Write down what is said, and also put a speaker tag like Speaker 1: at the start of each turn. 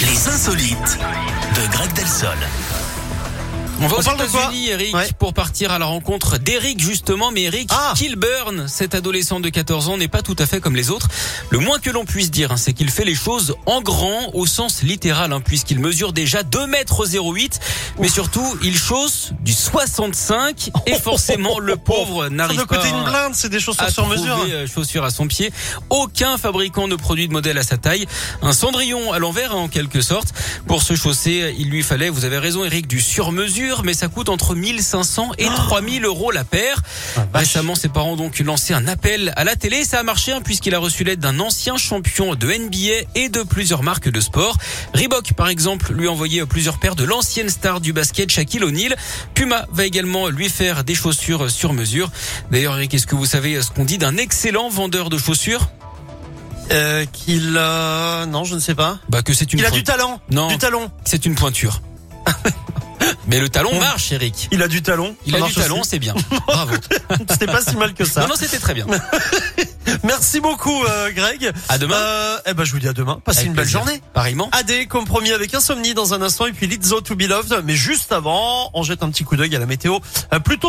Speaker 1: Les insolites de Greg Delsol.
Speaker 2: On va
Speaker 3: On
Speaker 2: aux
Speaker 3: parle de quoi
Speaker 2: États-Unis, Eric,
Speaker 3: Ouais.
Speaker 2: pour partir à la rencontre d'Eric, justement. Mais Eric
Speaker 3: Ah
Speaker 2: Kilburn, cet adolescent de 14 ans, n'est pas tout à fait comme les autres. Le moins que l'on puisse dire, hein, c'est qu'il fait les choses en grand, au sens littéral, hein, puisqu'il mesure déjà 2 mètres 08. Mais surtout, il chausse du 65. Et forcément,
Speaker 3: Oh,
Speaker 2: le pauvre
Speaker 3: Ça
Speaker 2: n'arrive
Speaker 3: doit
Speaker 2: pas...
Speaker 3: coûter une
Speaker 2: hein,
Speaker 3: blinde, c'est des chaussures
Speaker 2: à
Speaker 3: sur mesure.
Speaker 2: trouver, euh, chaussures à son pied. Aucun fabricant ne produit de modèle à sa taille. Un cendrillon à l'envers, hein, en quelque sorte. Pour se chausser, il lui fallait, vous avez raison Eric, du sur-mesure, mais ça coûte entre 1500
Speaker 3: Oh.
Speaker 2: et 3000 euros la paire.
Speaker 3: Ah,
Speaker 2: Récemment, ses parents ont donc lancé un appel à la télé. Ça a marché, hein, puisqu'il a reçu l'aide d'un ancien champion de NBA et de plusieurs marques de sport. Reebok, par exemple, lui a envoyé plusieurs paires de l'ancienne star du basket, Shaquille O'Neal. Puma va également lui faire des chaussures sur mesure. D'ailleurs, Eric, est-ce que vous savez ce qu'on dit d'un excellent vendeur de chaussures
Speaker 3: Euh, qu'il a... Non, je ne sais pas.
Speaker 2: Bah que c'est une
Speaker 3: Il a
Speaker 2: poin-
Speaker 3: du talent.
Speaker 2: Non.
Speaker 3: Du talon.
Speaker 2: c'est une pointure. Mais le talon marche, Eric.
Speaker 3: Il a du talon.
Speaker 2: Il
Speaker 3: Ça
Speaker 2: a du
Speaker 3: marche
Speaker 2: talon,
Speaker 3: aussi.
Speaker 2: c'est bien. Bravo.
Speaker 3: C'était pas si mal que ça.
Speaker 2: Non, non, c'était très bien.
Speaker 3: Merci beaucoup, euh, Greg.
Speaker 2: À demain.
Speaker 3: Euh, eh ben, je vous dis à demain. Passez
Speaker 2: Avec
Speaker 3: une belle
Speaker 2: plaisir.
Speaker 3: journée.
Speaker 2: Pareillement.
Speaker 3: AD, compromis avec insomnie dans un instant, et puis Lizzo to be loved. Mais juste avant, on jette un petit coup d'œil à la météo. Euh, plutôt